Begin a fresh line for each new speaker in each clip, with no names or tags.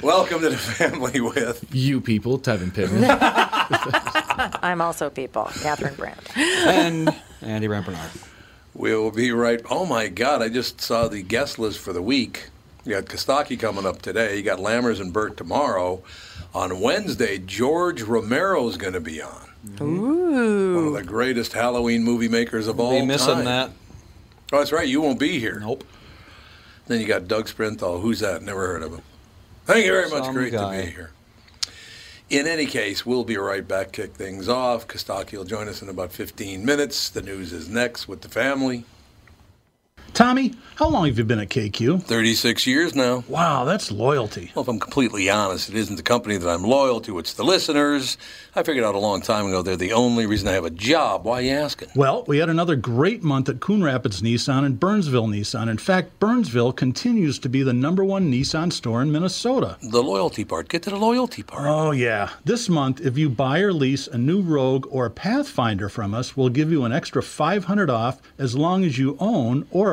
Welcome to the family with
you people, Tevin Pittman.
I'm also people. Catherine Brandt.
and Andy Rampernard.
We'll be right. Oh my God! I just saw the guest list for the week. You got Kostaki coming up today. You got Lammers and Burt tomorrow. On Wednesday, George Romero's going to be on. Ooh! One of the greatest Halloween movie makers of all
Be missing
time.
that.
Oh, that's right. You won't be here.
Nope.
Then you got Doug Sprinthal. Who's that? Never heard of him. Thank you very much.
Some
Great
guy.
to be here. In any case, we'll be right back. Kick things off. Kostaki will join us in about 15 minutes. The news is next with the family.
Tommy, how long have you been at KQ?
36 years now.
Wow, that's loyalty.
Well, if I'm completely honest, it isn't the company that I'm loyal to, it's the listeners. I figured out a long time ago they're the only reason I have a job. Why are you asking?
Well, we had another great month at Coon Rapids Nissan and Burnsville Nissan. In fact, Burnsville continues to be the number one Nissan store in Minnesota.
The loyalty part. Get to the loyalty part.
Uh-huh.
Oh, yeah. This month, if you buy or lease a new Rogue or a Pathfinder from us, we'll give you an extra 500 off as long as you own or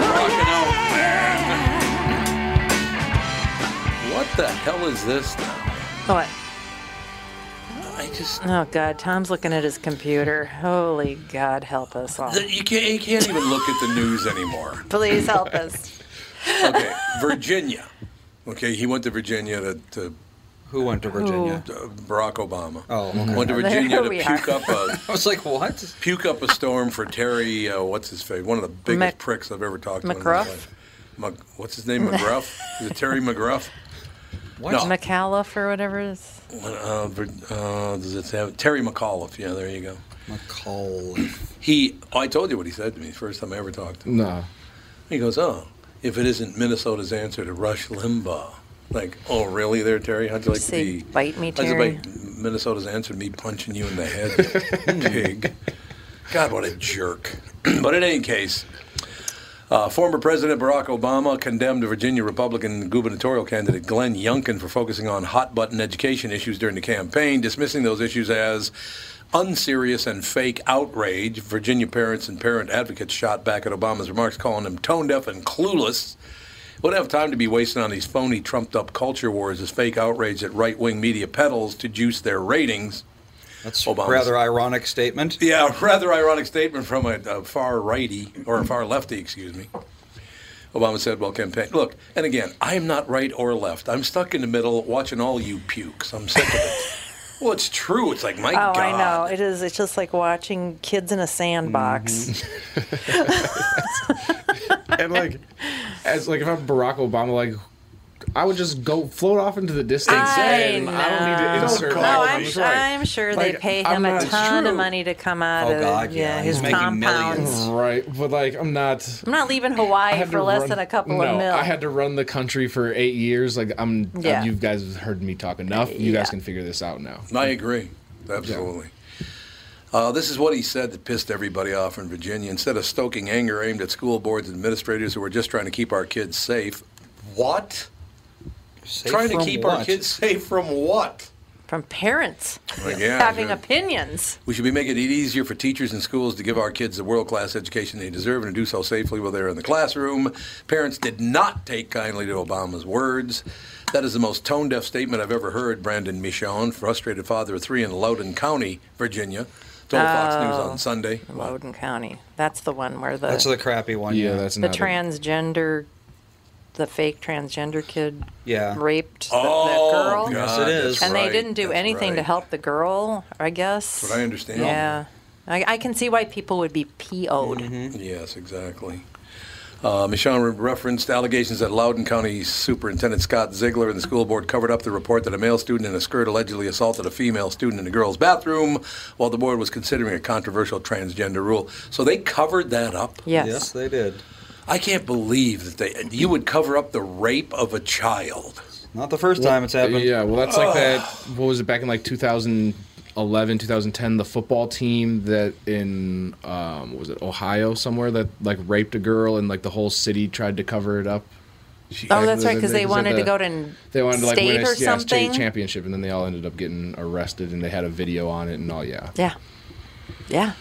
Rocking out, man. What the hell is this now?
What?
I just
Oh, God. Tom's looking at his computer. Holy God, help us all.
The- You can't, you can't even look at the news anymore.
Please help us.
Okay, Virginia. Okay, he went to Virginia to, to
Who went to Virginia?
uh, Barack Obama.
Oh, okay.
went to
Mm-hmm. There
Virginia to
we
puke
are.
up a
I was like, what?
puke up a storm for Terry. Uh, what's his face? One of the biggest
Mc-
pricks I've ever talked to.
McGruff?
in my life. Mc, what's his name? McGruff. Is it Terry McGruff?
What?
No.
McAuliffe or whatever it is.
Uh, Vir- uh, does it have Terry McAuliffe? Yeah, there you go.
McCall.
He. Oh, I told you what he said to me. First time I ever talked to him.
no.
He goes, Oh, if it isn't Minnesota's answer to Rush Limbaugh. Like, oh, really there, Terry? How'd you like to
Say,
be?
"Bite me,
how'd you
Terry."
like Minnesota's answer to me punching you in the head, you pig? God, what a jerk. but in any case, Uh, former President Barack Obama condemned Virginia Republican gubernatorial candidate Glenn Youngkin for focusing on hot button education issues during the campaign, dismissing those issues as unserious and fake outrage. Virginia parents and parent advocates shot back at Obama's remarks, calling him tone deaf and clueless. We don't have time to be wasting on these phony, trumped up culture wars as fake outrage that right wing media peddles to juice their ratings.
That's a
Obama's-
rather ironic statement.
Yeah, a rather ironic statement from a, a far righty or a far lefty, excuse me. Obama said while campaign. Look, and again, I'm not right or left. I'm stuck in the middle, watching all you pukes. I'm sick of it. well, it's true. It's like my
Oh,
God.
I know. It is. It's just like watching kids in a sandbox.
and like, as like if I'm Barack Obama, like I would just go float off into the distance. and I don't need to insert.
No,
my
I'm,
voice.
I'm sure they
Like,
pay
I'm
him a
not
ton of
sure.
money to come out
Oh,
of
God,
yeah,
yeah,
his
he's making
compounds.
millions.
right, but like I'm not.
I'm not leaving
I
Hawaii
had
for
to
less
run-
than a couple
no,
of mil.
I had to run the country for eight years. Like I'm,
Yeah.
you guys have heard me talk enough. You
Yeah.
guys can figure this out now.
I agree. Absolutely. Uh, this is what he said that pissed everybody off in Virginia. Instead of stoking anger aimed at school boards and administrators who were just trying to keep our kids safe, what?
Safe
trying to
from
keep our
what?
kids safe from what?
From parents
Like, yeah,
having
sure.
opinions.
We should be making it easier for teachers and schools to give our kids the world class education they deserve and to do so safely while they're in the classroom. Parents did not take kindly to Obama's words. That is the most tone deaf statement I've ever heard, Brandon Michon, frustrated father of three in Loudoun County, Virginia, told Fox News
Oh.
on Sunday.
Loudon County. That's the one where the
That's the crappy one.
Yeah, that's
the
not it.
transgender, the fake transgender kid
Yeah.
raped the,
Oh,
the girl.
God,
Yes, it is.
that's
And
right,
they didn't do
that's
anything to
right.
help the girl, I guess.
That's what I understand.
Yeah. I, I can see why people would be PO'd.
Mm-hmm.
Yes, exactly. Uh, Michonne re- referenced allegations that Loudoun County Superintendent Scott Ziegler and the school board covered up the report that a male student in a skirt allegedly assaulted a female student in a girl's bathroom while the board was considering a controversial transgender rule. So they covered that up.
Yes.
Yes, they did.
I can't believe that they you would cover up the rape of a child.
Not the first time it's happened.
Yeah, well, that's like that. What was it back in like 2011, 2010? The football team that in um, what was it Ohio somewhere that like raped a girl and like the whole city tried to cover it up.
Oh, that's right, 'cause they
said
wanted to
the-
go to
they wanted to like win
state
a
or
yeah,
something.
state championship, and then they all ended up getting arrested, and they had a video on it and all. Yeah,
Yeah. Yeah.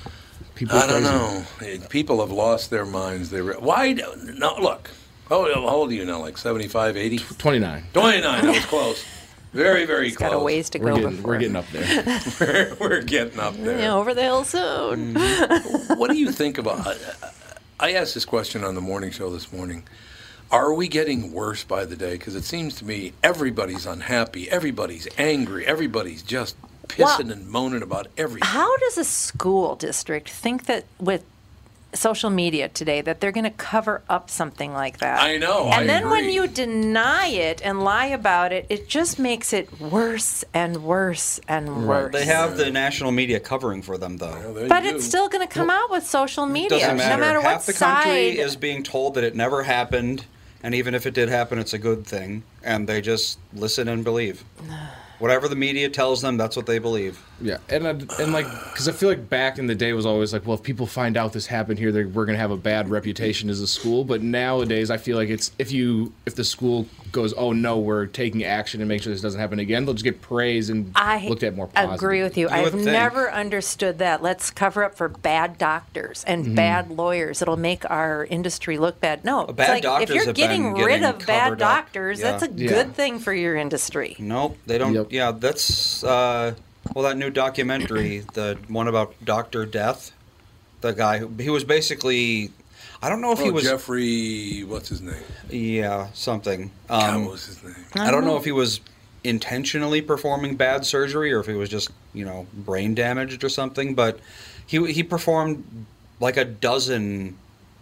people.
I don't
crazy.
know. Eh, People have lost their minds. They re- why? do- No, look. How how old are you now? Like 75, 80?
29.
29. That was close. Very, very
It's
close.
got a ways to
We're
go
getting,
before.
we're getting up there.
we're, we're getting up there.
Yeah, over the hill soon.
what do you think about? I, I asked this question on the morning show this morning. Are we getting worse by the day? Because it seems to me everybody's unhappy, everybody's angry, everybody's just pissing
Well,
and moaning about everything.
How does a school district think that with social media today that they're going to cover up something like that?
I know,
And
I
then when
agree.
you deny it and lie about it, it just makes it worse and worse and worse.
They have the national media covering for them, though.
There you
But
do.
it's still going to come out with social media,
Doesn't matter.
no matter
Half
what
the country
side.
is being told that it never happened, and even if it did happen, it's a good thing, and they just listen and believe. Whatever the media tells them, that's what they believe.
Yeah, and I, and like because I feel like back in the day was always like, well, if people find out this happened here, they're, we're gonna have a bad reputation as a school. But nowadays, I feel like it's if you if the school goes, oh no, we're taking action to make sure this doesn't happen again, they'll just get praise and
I
looked at more. Positive.
agree with you. I've
would think.
never understood that. Let's cover up for bad doctors and
Mm-hmm.
bad lawyers. It'll make our industry look bad. No, it's
bad
like if
doctors
you're
have
getting
been
rid
getting
of bad
covered up.
doctors, that's a
Yeah. Mm-hmm.
Yeah.
good thing for your industry.
Nope, they don't.
Yep.
Yeah, that's uh, well, that new documentary, the one about Doctor Death, the guy who he was basically. I don't know if
Oh,
he was.
Jeffrey. What's his name?
Yeah, something.
God,
Um,
what was his name?
I don't know if he was intentionally performing bad surgery or if he was just, you know, brain damaged or something, but he he performed like a dozen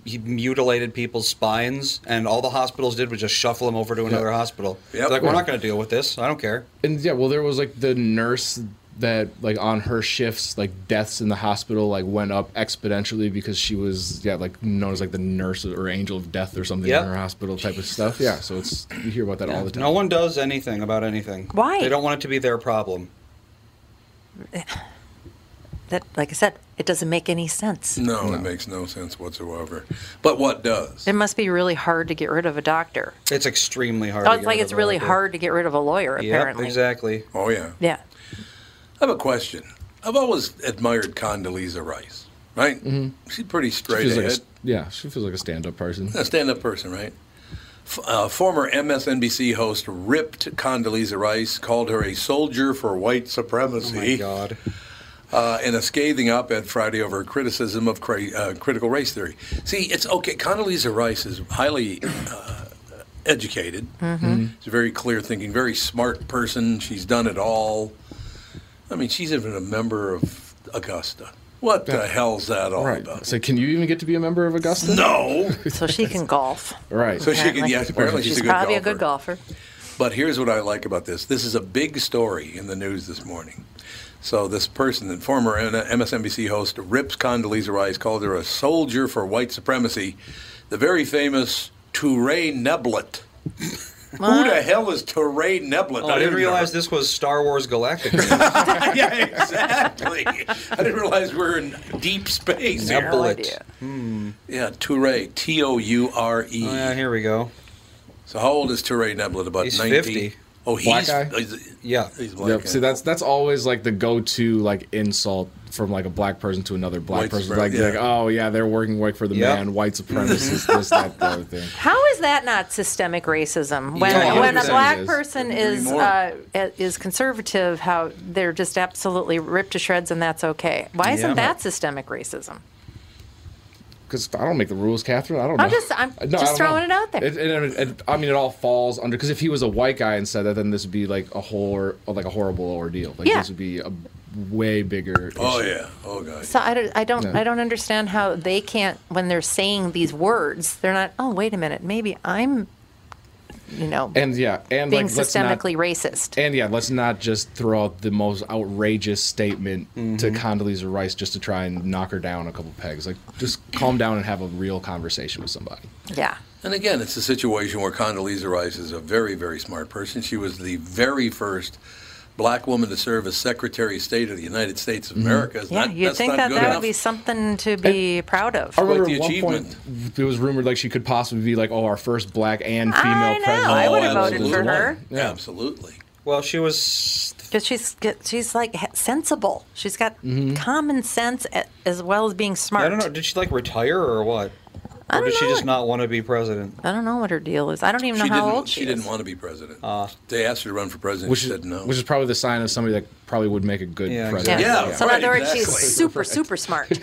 he mutilated people's spines and all the hospitals did was just shuffle him over to another hospital.
Yep.
They're Like we're
Yeah.
not going to deal with this. I don't care.
And yeah, well, there was like the nurse that like on her shifts, like deaths in the hospital like went up exponentially because she was yeah like known as like the nurse or angel of death or something
Yep.
in her hospital type of stuff. Yeah, so it's you hear about that all the time.
No one does anything about anything.
Why?
They don't want it to be their problem.
that, like I said, it doesn't make any sense.
No, it makes no sense whatsoever. But what does?
It must be really hard to get rid of a doctor.
It's extremely hard.
Oh,
to
it's
get
like
rid
it's
of a
really
record.
hard to get rid of a lawyer,
Yep,
apparently.
exactly.
Oh, yeah.
Yeah.
I have a question. I've always admired Condoleezza Rice, right? She's pretty straight
Feels like a
ahead.
s- yeah, she feels like a stand-up person.
a stand-up person, right? F- uh, former MSNBC host ripped Condoleezza Rice, called her a soldier for white
Oh
supremacy,
my God.
uh, in a scathing op-ed Friday over criticism of cra- uh, critical race theory. See, it's okay. Condoleezza Rice is highly uh, educated.
Mm-hmm.
Mm-hmm. She's a very clear-thinking, very smart person. She's done it all. I mean, she's even a member of Augusta. What the hell's that all
Right.
about?
So, can you even get to be a member of Augusta?
no.
So she can golf.
Right.
So she can. Yeah, apparently she's, a good
probably
golfer.
a good golfer.
But here's what I like about this. This is a big story in the news this morning. So this person, the former MSNBC host, rips Condoleezza Rice, called her a soldier for white supremacy. The very famous Touré Neblet. Who the hell is Touré Neblet?
Oh, I didn't realize this was Star Wars Galactic. News.
yeah, exactly. I didn't realize we are in deep space. here.
No
Bullet.
idea.
Yeah, Touré. T O U R E.
Oh, yeah, here we go.
So how old is Touré Neblet? About
He's
90?
50.
Oh, he's
Black guy?
he's-
Yeah.
He's black.
Yep.
guy.
See, that's that's always like the go-to like insult from like a black person to another black
White
person.
suprem-
Like,
yeah.
like, oh yeah, they're working white for the
Yep.
man, white supremacist, this, that, the other thing.
How is that not systemic racism? When,
Yeah,
when a
100%
black
it is.
person is
more.
uh, is conservative, how they're just absolutely ripped to shreds, and that's okay. Why isn't
Yeah.
that systemic racism?
Because I don't make the rules, Catherine. I don't know.
I'm just- I'm
No, I
just
don't
throwing
know.
it out there.
It, it- it- I mean, it all falls under. Because if he was a white guy and said that, then this would be like a whole, like a horrible ordeal. Like
Yeah.
this would be a way bigger.
Oh
issue.
yeah. Oh god.
So I don't, I don't,
No.
I don't understand how they can't when they're saying these words, they're not. Oh, wait a minute, maybe I'm, you know,
And yeah, and
being
like let's not-
systemically racist.
And yeah, let's not just throw out the most outrageous statement to
Mm-hmm.
Condoleezza Rice just to try and knock her down a couple pegs. Like, just calm down and have a real conversation with somebody.
yeah,
And again, it's a situation where Condoleezza Rice is a very, very smart person. She was the very first black woman to serve as Secretary of State of the United States
Mm-hmm.
of America. It's
yeah.
not-
You'd
that's
think
not
that
good
that
enough.
would be something to be proud of.
I remember
the
at one point it was rumored like she could possibly be like, oh, our first black and female
I know,
president.
I
Oh,
would've voted for
absolutely.
her.
Yeah, Absolutely.
Well, she was.
Because she's get- she's like ha- sensible. She's got common sense a- as well as being smart.
I don't know. Did she like retire or what?
I
Or
don't
did she
know.
just not want to be president?
I don't know what her deal is. I don't even know
She
how
didn't,
old she,
she didn't
is.
want to be president. they asked her to run for president.
Uh, Which
she
is,
said no.
which is probably the sign of somebody that probably would make a good
Yeah,
president.
yeah.
Yeah,
so in
right,
other words,
exactly.
she's super, super smart.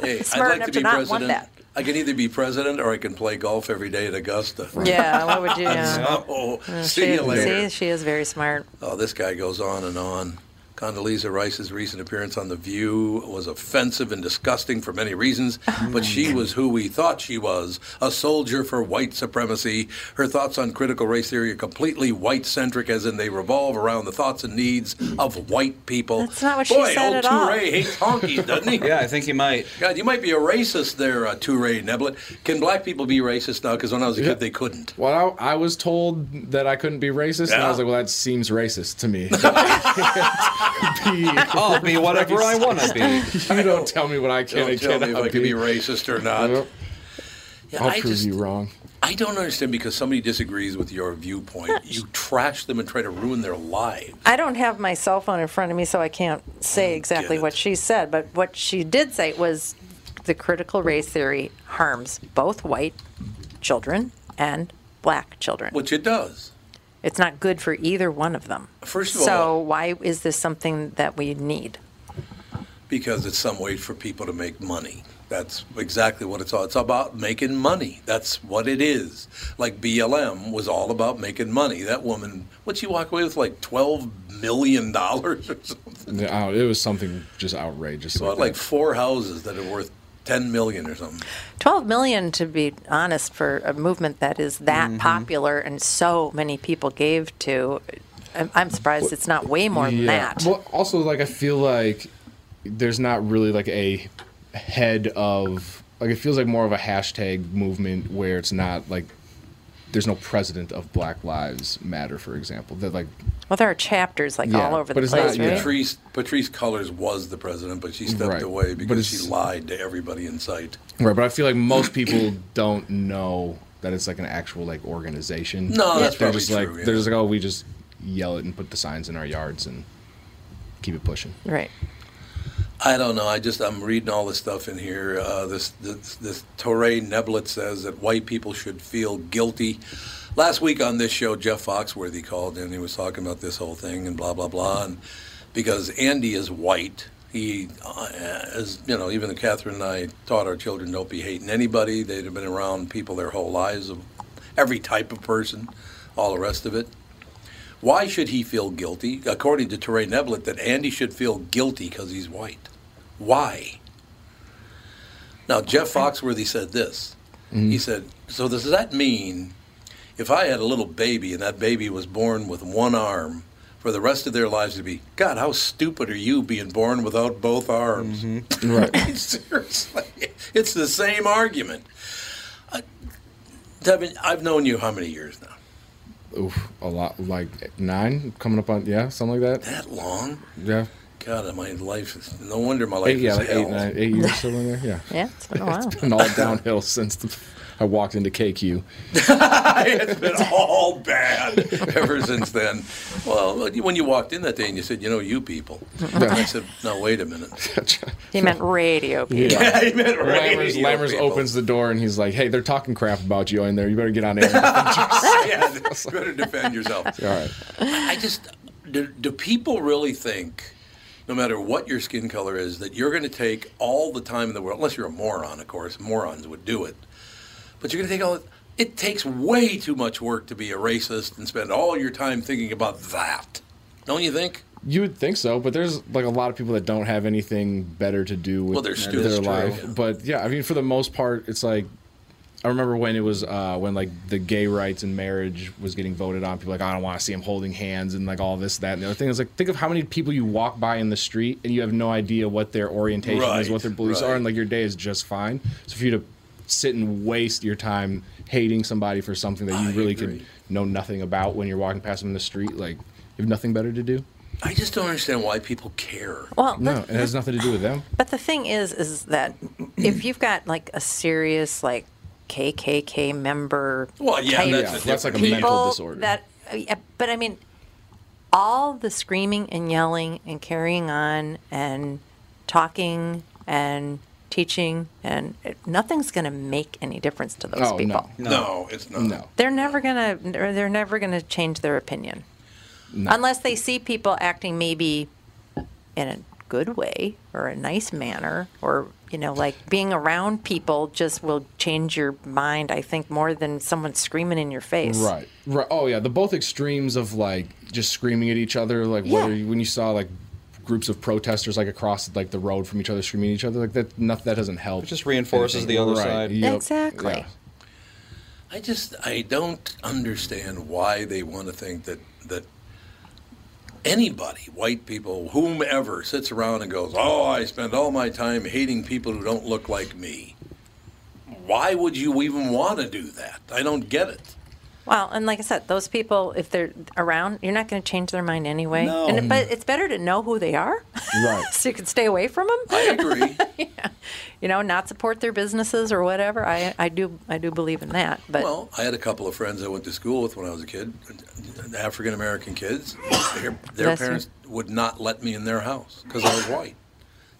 hey,
smart
I'd like
enough
to
to
be
not want
president.
that.
I can either be president or I can play golf every day at Augusta.
yeah, what would you? Yeah.
Oh, see
She,
you later.
see, she is very smart.
Oh, this guy goes on and on. Condoleezza Rice's recent appearance on The View was offensive and disgusting for many reasons, but she was who we thought she was a soldier for white supremacy. Her thoughts on critical race theory are completely white centric, as in they revolve around the thoughts and needs of white people.
That's not what she
Boy,
said
old
at all.
Toure hates honkies, doesn't
Oh.
he?
Yeah, I think he might.
God, you might be a racist there, uh, Toure Neblet. Can black people be racist now? Because when I was a kid, they couldn't.
Well, I, I was told that I couldn't be racist, and I was
Yeah.
like, well, that seems racist to me. I can't be-
I'll be whatever I want to be.
you don't tell me what I can
Don't
and
tell
cannot
me if I can be racist or not.
Yep.
Yeah,
I'll
I
prove
just-
you wrong.
I don't understand because somebody disagrees with your viewpoint. You trash them and try to ruin their lives.
I don't have my cell phone in front of me, so I can't say exactly
Oh, it.
what she said. But what she did say was the critical race theory harms both white children and black children.
Which it does.
It's not good for either one of them.
First of
so
all-
why is this something that we need?
Because it's some way for people to make money. That's exactly what it's all it's about making money. That's what it is. Like BLM was all about making money. That woman what she walk away with like twelve million dollars or something.
Yeah, oh, it was something just outrageous.
Bought like four houses that are worth ten million or something.
12 million, to be honest, for a movement that is that
Mm-hmm.
popular and so many people gave to. I'm- I'm surprised it's not way more than that.
Well, also, like I feel like there's not really like a head of like it feels like more of a hashtag movement where it's not like there's no president of Black Lives Matter, for example. That like
Well, there are chapters like
Yeah,
all over
but
the
it's not-
place,
yeah.
right?
Patrice Patrice Cullors was the president, but she stepped
Right.
away
But
because she
it's-
lied to everybody in sight.
Right, but I feel like most people don't know that it's like an actual like organization.
No, that's
they're
probably
just like
true, yeah.
they're just like oh we just yell it and put the signs in our yards and keep it pushing.
Right.
I don't know. I just I'm reading all this stuff in here. Uh, this this, this Torre Neblet says that white people should feel guilty. Last week on this show, Jeff Foxworthy called in. He was talking about this whole thing and blah blah blah. And because Andy is white, he uh, as you know, even Catherine and I taught our children don't be hating anybody. They'd have been around people their whole lives of every type of person, all the rest of it. Why should he feel guilty? According to Teray Neblett, that Andy should feel guilty because he's white. Why? Now, Jeff Foxworthy said this. He said, So does that mean if I had a little baby and that baby was born with one arm, for the rest of their lives to be, God, how stupid are you being born without both arms?
Right.
Seriously, it's the same argument. Uh, Devin, I've known you how many years now?
Oof, a lot like nine coming up on yeah something like that.
That long?
Yeah.
God, my life is no wonder my life
Eight, yeah,
is
like
hell.
eight, nine, eight years something there. Yeah.
Yeah, it's been a while.
It's been all downhill since the, I walked into KQ.
it's been all bad ever since then. Well, when you walked in that day and you said, "You know, you people," and I said, "No, wait a minute."
He meant radio people.
I meant
Lammers,
radio
Lammers
people.
opens the door and he's like, "Hey, they're talking crap about you in there. You better get on air."
yeah, you better defend yourself.
all right.
I just do, do people really think, no matter what your skin color is, that you're going to take all the time in the world, unless you're a moron, of course. Morons would do it, but you're going to take all. the- It takes way too much work to be a racist and spend all your time thinking about that. Don't you think?
You would think so, but there's like a lot of people that don't have anything better to do with
Well, they're
their
stupid. That is true,
life.
yeah.
But yeah, I mean, for the most part, it's like I remember when it was uh, when like the gay rights and marriage was getting voted on. People were like, "Oh, I don't want to see them holding hands and like all this, that, and the other thing. It's like think of how many people you walk by in the street and you have no idea what their orientation
Right,
is, what their beliefs
right.
are, and like your day is just fine. So for you to sit and waste your time hating somebody for something that you
I
really
agree.
could know nothing about when you're walking past them in the street, like you have nothing better to do.
I just don't understand why people care.
Well,
No,
but-
it has nothing to do with them.
But the thing is, is that if you've got like a serious like KKK member,
Well, yeah,
type
that's-
Yeah, that's like a
people
mental disorder.
That, yeah, but I mean, all the screaming and yelling and carrying on and talking and teaching and it, nothing's going to make any difference to those
Oh,
people.
No, it's not.
No.
They're never gonna. They're never gonna change their opinion, unless they see people acting maybe in a good way or a nice manner, or you know, like being around people just will change your mind. I think more than someone screaming in your face.
Right. Right. Oh yeah, the both extremes of like just screaming at each other, like
Yeah.
whether you, when you saw like groups of protesters like across like the road from each other screaming at each other, like that not, that doesn't help.
It just reinforces the other side.
yep,
Exactly.
yeah.
I just I don't understand why they want to think that that anybody, white people, whomever, sits around and goes, "Oh, I spend all my time hating people who don't look like me." Why would you even want to do that? I don't get it.
Well, and like I said, those people, if they're around, you're not going to change their mind anyway.
No.
And, but it's better to know who they are,
Right.
so you can stay away from them.
I agree.
you know, not support their businesses or whatever. I, I do I do believe in that. But
Well, I had a couple of friends I went to school with when I was a kid, African American kids. Their, their
Bless you.
parents would not let me in their house because I was white.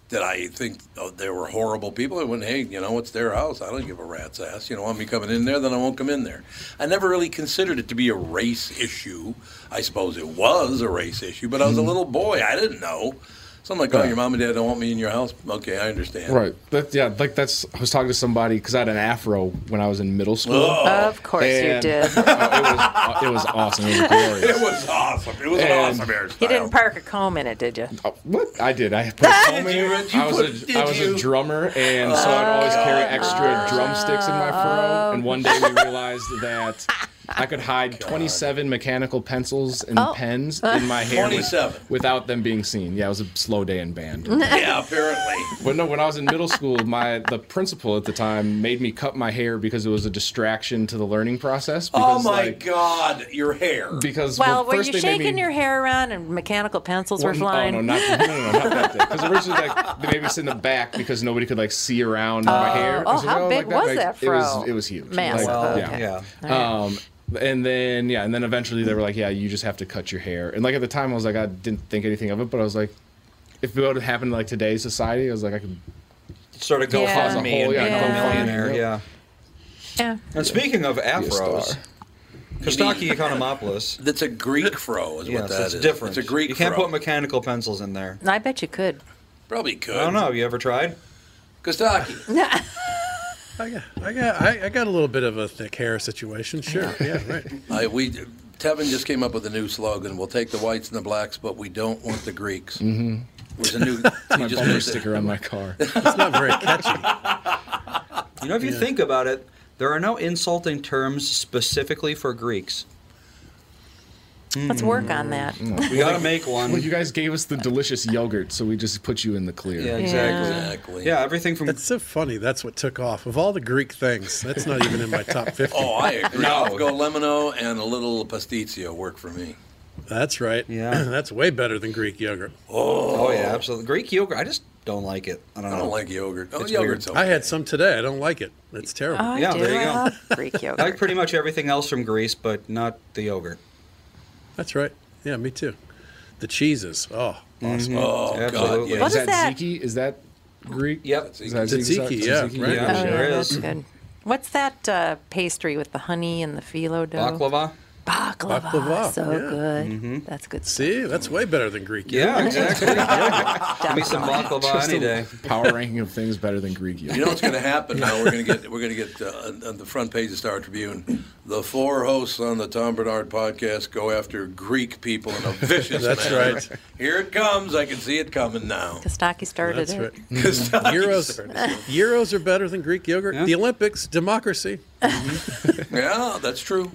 Did I think oh, they were horrible people? I went, hey, you know, it's their house. I don't give a rat's ass. You know, want me coming in there, then I won't come in there. I never really considered it to be a race issue. I suppose it was a race issue, but I
Hmm.
was a little boy. I didn't know. So I'm like, oh, your mom and dad don't want me in your house? Okay, I understand.
Right. That, yeah, like that's I was talking to somebody cuz I had an afro when I was in middle school.
of course you
And-
did.
Oh, it, was, it was awesome. It was glorious.
It was awesome. It was
And-
an awesome hairstyle.
You didn't park a comb in it, did you?
Oh, What I did, I put a comb
Did
in
you?
it.
You
I was
put-
a,
did
I was
you?
a drummer, and so I'd always carry extra drumsticks in my fro. And one day we realized that I could hide 27 mechanical pencils and
Oh.
pens in my hair with-
27.
without them being seen. Yeah, it was a slow day in band.
yeah, apparently.
But no, when I was in middle school, my the principal at the time made me cut my hair because it was a distraction to the learning process.
Oh
Because,
my
like-
God, your hair.
Because
Well,
well,
were
first
you
they made
shaking
me-
your hair around and mechanical pencils were
Well,
flying?
Oh, no, not, no, no, no, not that day. Because originally like, they made me sit in the back because nobody could like see around my hair. I
oh,
was like,
how
like,
big was
makes-
that
It
fro?
was, it was huge.
Massive.
Well,
okay.
yeah.
Um, and then yeah, and then eventually they were like, yeah, you just have to cut your hair. And like at the time, I was like, I didn't think anything of it, but I was like, if it would have happened like today's society, I was like, I could.
Sort of go
Yeah.
fund me and
Yeah.
become a
Yeah.
millionaire. Yeah.
yeah.
And speaking of afros,
star.
Kostaki Economopoulos.
That's a Greek fro, is
Yes,
what that
it's
is.
different.
It's a Greek
You can't
fro.
put mechanical pencils in there.
I bet you could.
Probably could.
I don't know. Have you ever tried?
Kostaki.
I got, I got, I, I got a little bit of a thick hair situation. Sure, yeah, right.
I, we, Tevin just came up with a new slogan. We'll take the whites and the blacks, but we don't want the Greeks. Mm-hmm. Was a new.
My
he just
bumper
made the-
sticker on my car.
It's not very catchy.
You know, if you think about it, there are no insulting terms specifically for Greeks.
Let's work on that.
We got to make one.
well, you guys gave us the delicious yogurt, so we just put you in the clear.
Yeah, exactly.
Yeah.
Exactly.
Yeah, everything from
That's so funny. That's what took off of all the Greek things. That's not even in my top fifty.
Oh, I agree.
No.
I'll go Lemino and a little pastizio work for me.
That's right.
Yeah.
that's way better than Greek yogurt.
oh yeah, absolutely Greek yogurt. I just don't like it. I don't know.
I don't like yogurt. Oh, yogurt's okay.
I had some today. I don't like it. It's terrible.
Oh, I
Yeah,
do.
there you
I
go.
love Greek yogurt.
I like pretty much everything else from Greece, but not the yogurt.
That's right. Yeah, me too. The cheeses. Oh, awesome.
Oh,
Absolutely.
God.
What
Yes.
is
Is that,
that?
Ziki? Is that Greek?
Yep.
Is that
Tzatziki,
Ziki?
yeah,
Tzatziki?
right.
Yeah,
Oh,
sure
yeah,
is.
that's good. What's that uh, pastry with the honey and the phyllo dough?
Baklava.
Baklava.
Baklava,
So
yeah.
good. That's good. stuff.
See, that's way better than Greek yogurt.
Yeah, exactly. Give me some
Definitely.
baklava any day.
Power ranking of things better than Greek yogurt.
You know what's going to happen now? We're going to get we're going to get uh, on- on the front page of Star Tribune. The four hosts on the Tom Bernard podcast go after Greek people in a vicious.
That's
manner.
right.
Here it comes. I can see it coming now.
Kostaki started
That's
it.
right.
Kostaki
Euros,
started.
Euros are better than Greek yogurt. The Olympics, democracy.
Yeah, that's true.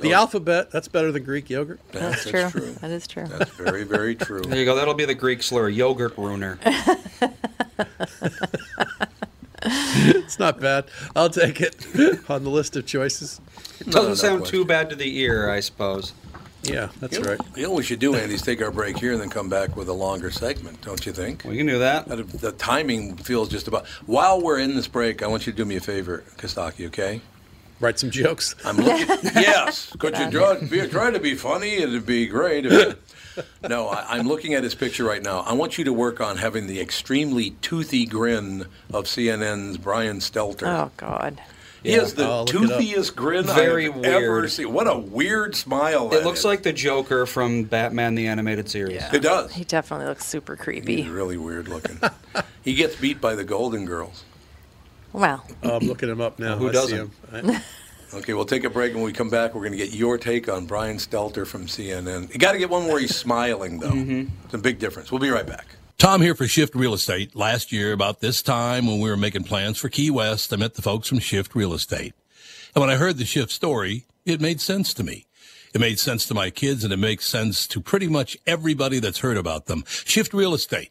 The
Oh.
alphabet, that's better than Greek yogurt.
That's, true.
That's true.
That is true.
That's very very true.
There you go. That'll be the Greek slur, yogurt ruiner.
It's not bad. I'll take it on the list of choices.
No, no
Doesn't sound
question.
too bad to the ear, I suppose.
Yeah, that's
You know,
right.
you know what we should do, Andy? Is take our break here and then come back with a longer segment, don't you think?
We can do that.
That- The timing feels just about. While we're in this break, I want you to do me a favor, Kostaki. Okay?
Write some jokes.
I'm looking. yes. Could you draw, be, try to be funny? It'd be great. If no, I, I'm looking at his picture right now. I want you to work on having the extremely toothy grin of CNN's Brian Stelter.
Oh God.
He has the
I'll look it up.
toothiest grin
Very
I've ever
weird.
seen. What a weird smile!
It
that
looks
is.
like the Joker from Batman the Animated Series.
it does.
He definitely looks super
He's
creepy.
really weird looking. he gets beat by the Golden Girls.
Well,
Oh, I'm looking him up now.
Who
I
doesn't?
See him. I-
Okay, we'll take a break. When we come back, we're going to get your take on Brian Stelter from CNN. You got to get one where he's smiling, though. It's a big difference. We'll be right back.
Tom here for Shift Real Estate. Last year, about this time when we were making plans for Key West, I met the folks from Shift Real Estate. And when I heard the Shift story, it made sense to me. It made sense to my kids and it makes sense to pretty much everybody that's heard about them. Shift Real Estate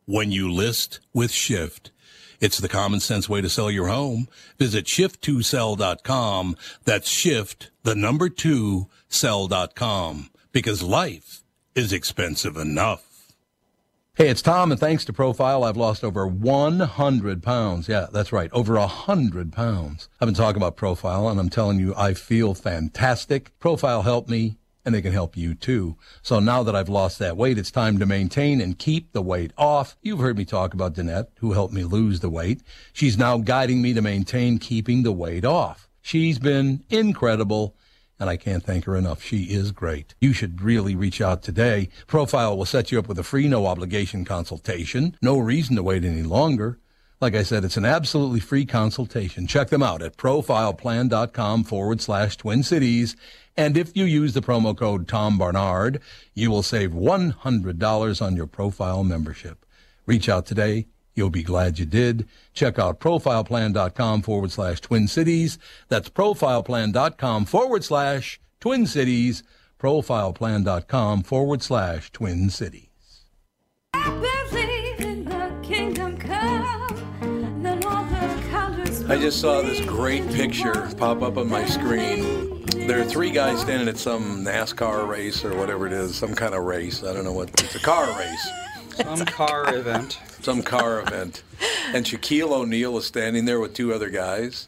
when you list with Shift. It's the common sense way to sell your home. Visit shift2sell.com. That's shift, the number two, sell.com. Because life is expensive enough. Hey, it's Tom, and thanks to Profile, I've lost over 100 pounds. Yeah, that's right, over 100 pounds. I've been talking about Profile, and I'm telling you, I feel fantastic. Profile helped me, and they can help you too. So now that I've lost that weight, it's time to maintain and keep the weight off. You've heard me talk about Danette, who helped me lose the weight. She's now guiding me to maintain keeping the weight off. She's been incredible and I can't thank her enough. She is great. You should really reach out today. Profile will set you up with a free, no obligation consultation. No reason to wait any longer. Like I said, it's an absolutely free consultation. Check them out at profileplan.com forward slash twin cities. And if you use the promo code Tom Barnard, you will save $100 on your profile membership. Reach out today. You'll be glad you did. Check out profileplan.com forward slash twin cities. That's profileplan.com forward slash twin cities. Profileplan.com forward slash twin cities.
I just saw this great picture pop up on my screen. There are three guys standing at some NASCAR race or whatever it is, some kind of race. I don't know what. It's a car race,
Some car event.
some car event. And Shaquille O'Neal is standing there with two other guys.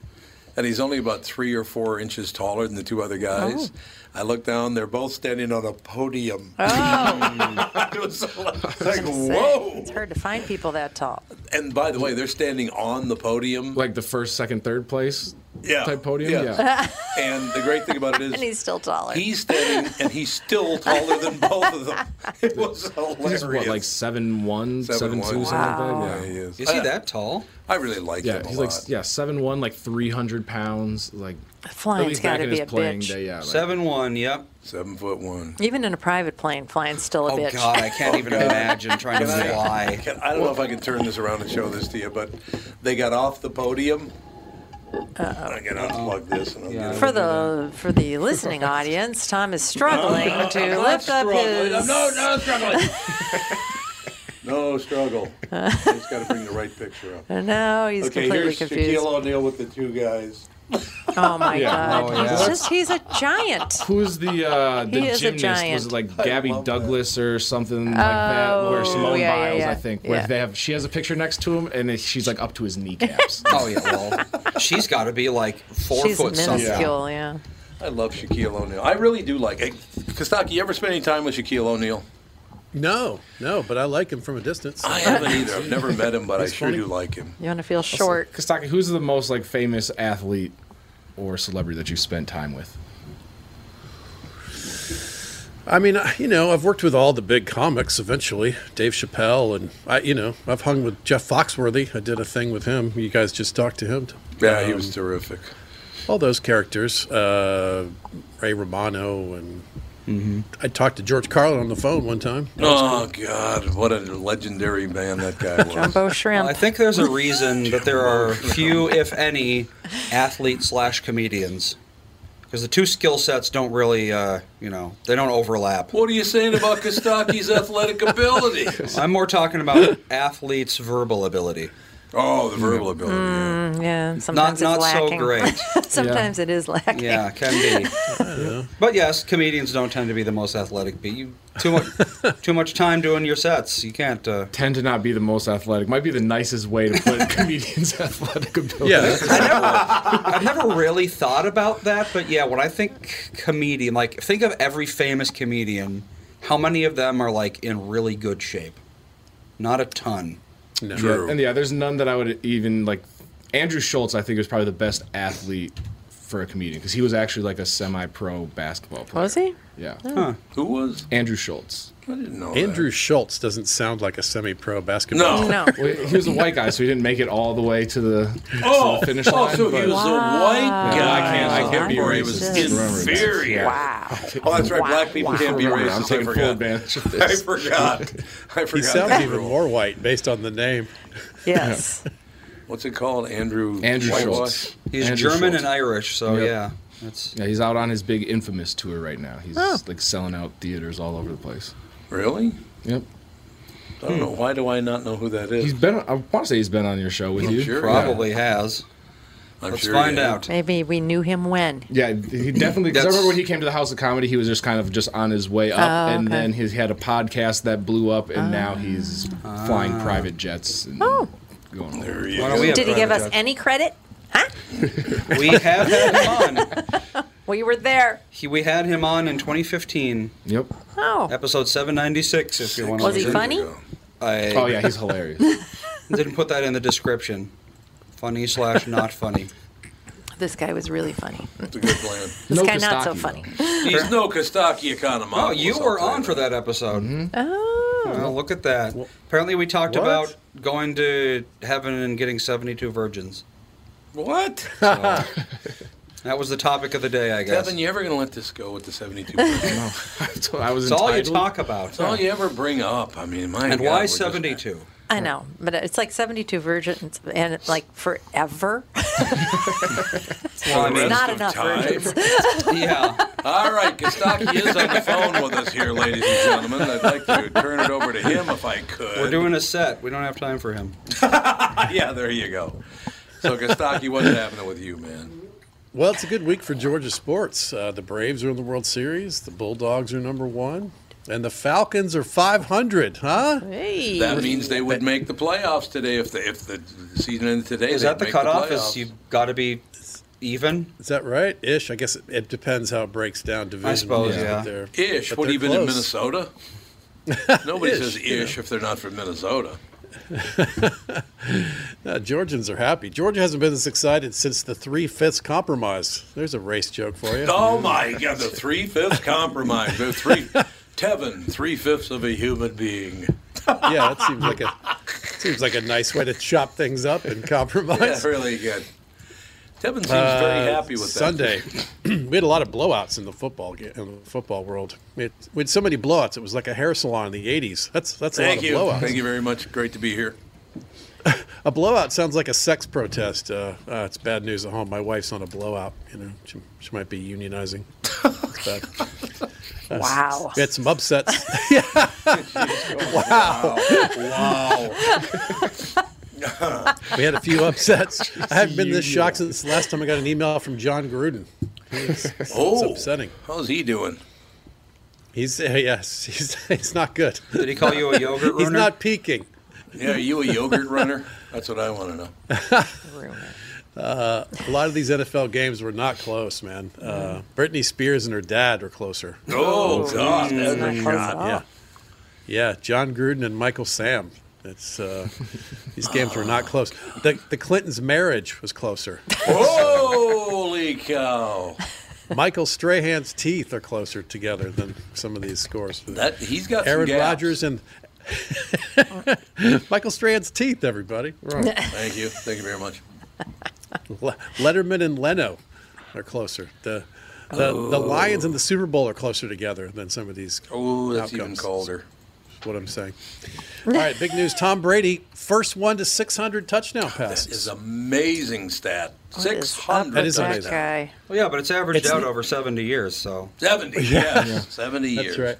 And he's only about three or four inches taller than the two other guys.
Oh.
I look down, they're both standing on a podium.
Oh.
it was so- like, whoa.
It's hard to find people that tall.
And by the way, they're standing on the podium.
Like the first, second, third place
Yeah.
type podium.
Yeah.
Yeah.
And the great thing about it is
And he's still taller.
he's standing and he's still taller than both of them. It was hilarious.
He's what, like seven one, seven two,
Seven-one.
something like that.
Yeah,
Yeah.
he is.
Is he
I-
that tall?
I really like
Yeah,
him a
he's
lot.
like yeah, seven one, like three hundred pounds, like
Flying's
at least back
Oh, gotta
in
be
his
a
playing
bitch.
day. Yeah, like,
Seven one. Yep.
Seven foot one.
Even in a private plane, flying's still a
Oh
bitch.
God, I can't even imagine trying to fly.
Can- I don't know if I can turn this around and show this to you, but they got off the podium. I can unplug this. And I'll
Yeah.
get
For the for the listening audience, Tom is struggling to lift up
struggling.
his.
No, no struggling. no struggle. Just got to bring the right picture up.
No, he's
Okay,
completely
here's
confused.
Shaquille O'Neal with the two guys.
Oh my
Yeah.
God,
Oh, yeah.
he's just he's a giant.
Who's the uh, the
He is a
gymnast? Was
giant.
it like Gabby
love
Douglas or something like that? Where
Oh,
Simone
yeah, yeah,
Biles,
yeah.
I think, where
Yeah.
they have she has a picture next to him and it- she's like up to his kneecaps.
Oh yeah. Well, she's got to be like four
She's
foot something.
minuscule. Yeah.
I love Shaquille O'Neal. I really do like it. Kostaki, you ever spend any time with Shaquille O'Neal?
No, no, but I like him from a distance.
I haven't either. I've never met him, but I
That's
sure
funny.
do like him.
You want to feel short?
Kostaki, who's the most like famous athlete or celebrity that you've spent time with?
I mean, I- you know, I've worked with all the big comics eventually, Dave Chappelle, and I, you know, I've hung with Jeff Foxworthy. I did a thing with him. You guys just talked to him.
Yeah, he
Um,
was terrific.
all those characters, uh, Ray Romano, and
Mm-hmm.
I talked to George Carlin on the phone one time.
Oh God, what a legendary man that guy was.
Jumbo
Well,
shrimp.
I think there's a reason that there are few, if any, athletes slash comedians, because the two skill sets don't really, uh, you know, they don't overlap.
What are you saying about Kostaki's athletic ability?
I'm more talking about athletes' verbal ability.
Oh, the verbal ability. yeah.
yeah.
Not
Sometimes
not
it's lacking.
so great.
sometimes it is lacking.
Yeah, can be. But yes, comedians don't tend to be the most athletic. But you too much too much time doing your sets. You can't. Uh,
Tend to not be the most athletic. Might be the nicest way to put comedians' athletic ability.
Yeah,
I never, I've never really thought about that, but yeah, when I think comedian, like think of every famous comedian, how many of them are like in really good shape? Not a ton.
no.
True.
And yeah, there's none that I would even like. Andrew Schultz, I think, was probably the best athlete for a comedian because he was actually like a semi-pro basketball player.
Was he? Oh.
Yeah.
Who was?
Andrew Schultz.
I didn't know.
Andrew Schultz doesn't sound like a semi-pro basketball.
No.
No.
Well, he was a white guy, so he didn't make it all the way to the,
Oh,
to the finish
oh,
line.
so he
but-
was a white
Yeah,
guy.
I can't- I can't be
Or he
racist.
was
Just-
inferior.
Wow.
Oh, that's right. Black people
Wow.
can't be
Remember, I'm
racist. I
taking full
forgot.
advantage of
I
this.
forgot. I forgot.
He sounds
that
even
rule.
more white based on the name.
Yes.
What's it called? Andrew.
Andrew
Whitewash?
Schultz.
He's
Andrew
German
Schultz.
and Irish, so
Yep.
yeah, that's
Yeah, he's out on his big infamous tour right now. He's
Oh.
like selling out theaters all over the place.
Really?
Yep.
I don't know. Why do I not know who that is?
Hmm. He's been. I want to say he's been on your show with you.
sure.
probably has.
I'm
Let's
sure he
find
is.
out.
Maybe we knew him when.
Yeah, he definitely. Because I
That's-
remember when he came to the House of Comedy, he was just kind of just on his way up,
Oh,
and
okay. Ah.
then he had a podcast that blew up, and now he's flying private jets. And
Oh.
going there.
There he
Why
is.
don't we have
Did he give us
private
any credit?
jets? We have had him on.
We were there.
He, we had him on in 2015,
Yep.
Oh.
episode 796. If you want to,
Was he funny?
I
Oh yeah, he's hilarious.
didn't put that in the description. Funny slash not funny.
This guy was really funny.
It's a good plan.
This
No
guy not so
Kostaki,
funny.
He's no Kostaki economist.
Oh, you were on for that episode.
Mm-hmm.
Oh,
Well, look at that. Apparently, we talked
What?
about going to heaven and getting 72 virgins.
What?
That was the topic of the day, I guess.
Kevin, you ever going to let this go with the 72 percent?
I was
it's all you
entitled.
talk about.
That's all you ever bring up. I mean, my
and
Oh God,
why
we're just-
72?
I know, but it's like 72 virgins and like forever.
Well, I mean,
not
of
enough
time.
virgins.
yeah.
All right, Kostaki is on the phone with us here, ladies and gentlemen. I'd like to turn it over to him if I could.
We're doing a set. We don't have time for him.
yeah, there you go. So, Kostaki, what's happening with you, man?
Well, it's a good week for Georgia sports. Uh, the Braves are in the World Series. The Bulldogs are number one, and the Falcons are 500. Huh?
Hey.
That means they would make the playoffs today if the if the season ended today.
Is
they'd
that the
make
cutoff?
playoffs.
Is you got to be even?
Is that right? Ish. I guess it, it depends how it breaks down division.
suppose, yeah.
they're-
ish?
but
What
they're
even in
close.
Minnesota? Nobody
Ish,
says
you know.
ish if they're not from Minnesota.
Uh, Georgians are happy. Georgia hasn't been this excited since the three fifths compromise. There's a race joke for you.
Oh my God, the three fifths compromise. The three Tevin, three fifths of a human being.
Yeah, that seems like a seems like a nice way to chop things up and
Yeah,
compromise.
really good. Tevin seems very happy with that.
Uh, Sunday, we had a lot of blowouts in the football game, in the football world. It, we had so many blowouts. It was like a hair salon in the '80s. That's that's
Thank
a
you.
lot of blowouts.
Thank you very much. Great to be here.
A blowout sounds like a sex protest. Uh, uh, it's bad news at home. My wife's on a blowout. You know, she, she might be unionizing. It's bad.
Wow.
We had some upsets.
Wow. wow.
We had a few upsets. I haven't been this shocked since the last time I got an email from John Gruden.
Oh.
upsetting.
How's he doing?
He's uh, yes, he's, he's not good.
Did he call you a yogurt ruiner?
He's not peaking.
Yeah, are you a yogurt runner? That's what I want to know.
Rumor.
A lot of these NFL games were not close, man. Uh, Britney Spears and her dad were closer.
Oh, God.
It's not close at
Oh.
all.
Yeah, yeah. John Gruden and Michael Sam. It's uh, these games were not close. The, the Clintons' marriage was closer.
Holy cow.
Michael Strahan's teeth are closer together than some of these scores.
That he's got some
Aaron
gaps.
Rodgers and Michael Strahan's teeth. Everybody, Right.
Thank you. Thank you very much.
Le- Letterman and Leno are closer. The the, the Lions and the Super Bowl are closer together than some of these.
Oh, that's even
outcomes,
colder.
is What I'm saying. All right, big news. Tom Brady, first one to 600 touchdown
That
passes.
is amazing stat.
What Oh, is Uh,
Six
up
hundred.
That is
with
amazing.
guy.
Well, yeah, but it's averaged
It's
out
n-
over 70 years, so.
Seventy. Yes. Seventy
That's
years.
right.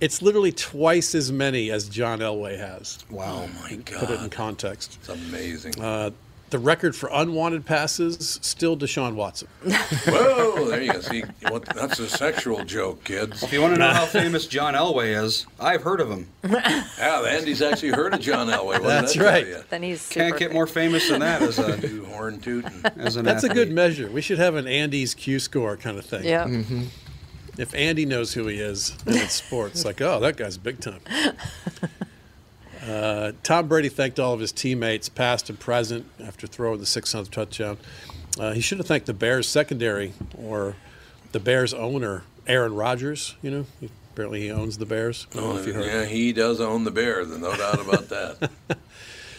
It's literally twice as many as John Elway has.
Wow. Oh my
Put it in Uh,
God.
context.
It's amazing.
The record for unwanted passes still Deshaun Watson.
Whoa! There you go. See, what, that's a sexual joke, kids.
If you want to know how famous John Elway is, I've heard of him.
Yeah, Andy's actually heard of John Elway. What did
That's
that tell
right.
ya?
Then he's super
Can't get more famous than that as, a,
You horn tootin'.
as an
That's a good
athlete.
measure. We should have an Andy's Q score kind of thing.
Yeah.
If Andy knows who he is and it's sports, like, oh, that guy's big time. Uh, Tom Brady thanked all of his teammates, past and present, after throwing the 600th touchdown. Uh, he should have thanked the Bears secondary or the Bears owner, Aaron Rodgers. You know, he, apparently he owns the Bears. I don't know if you heard.
Yeah, he does own the Bears, and no doubt about that.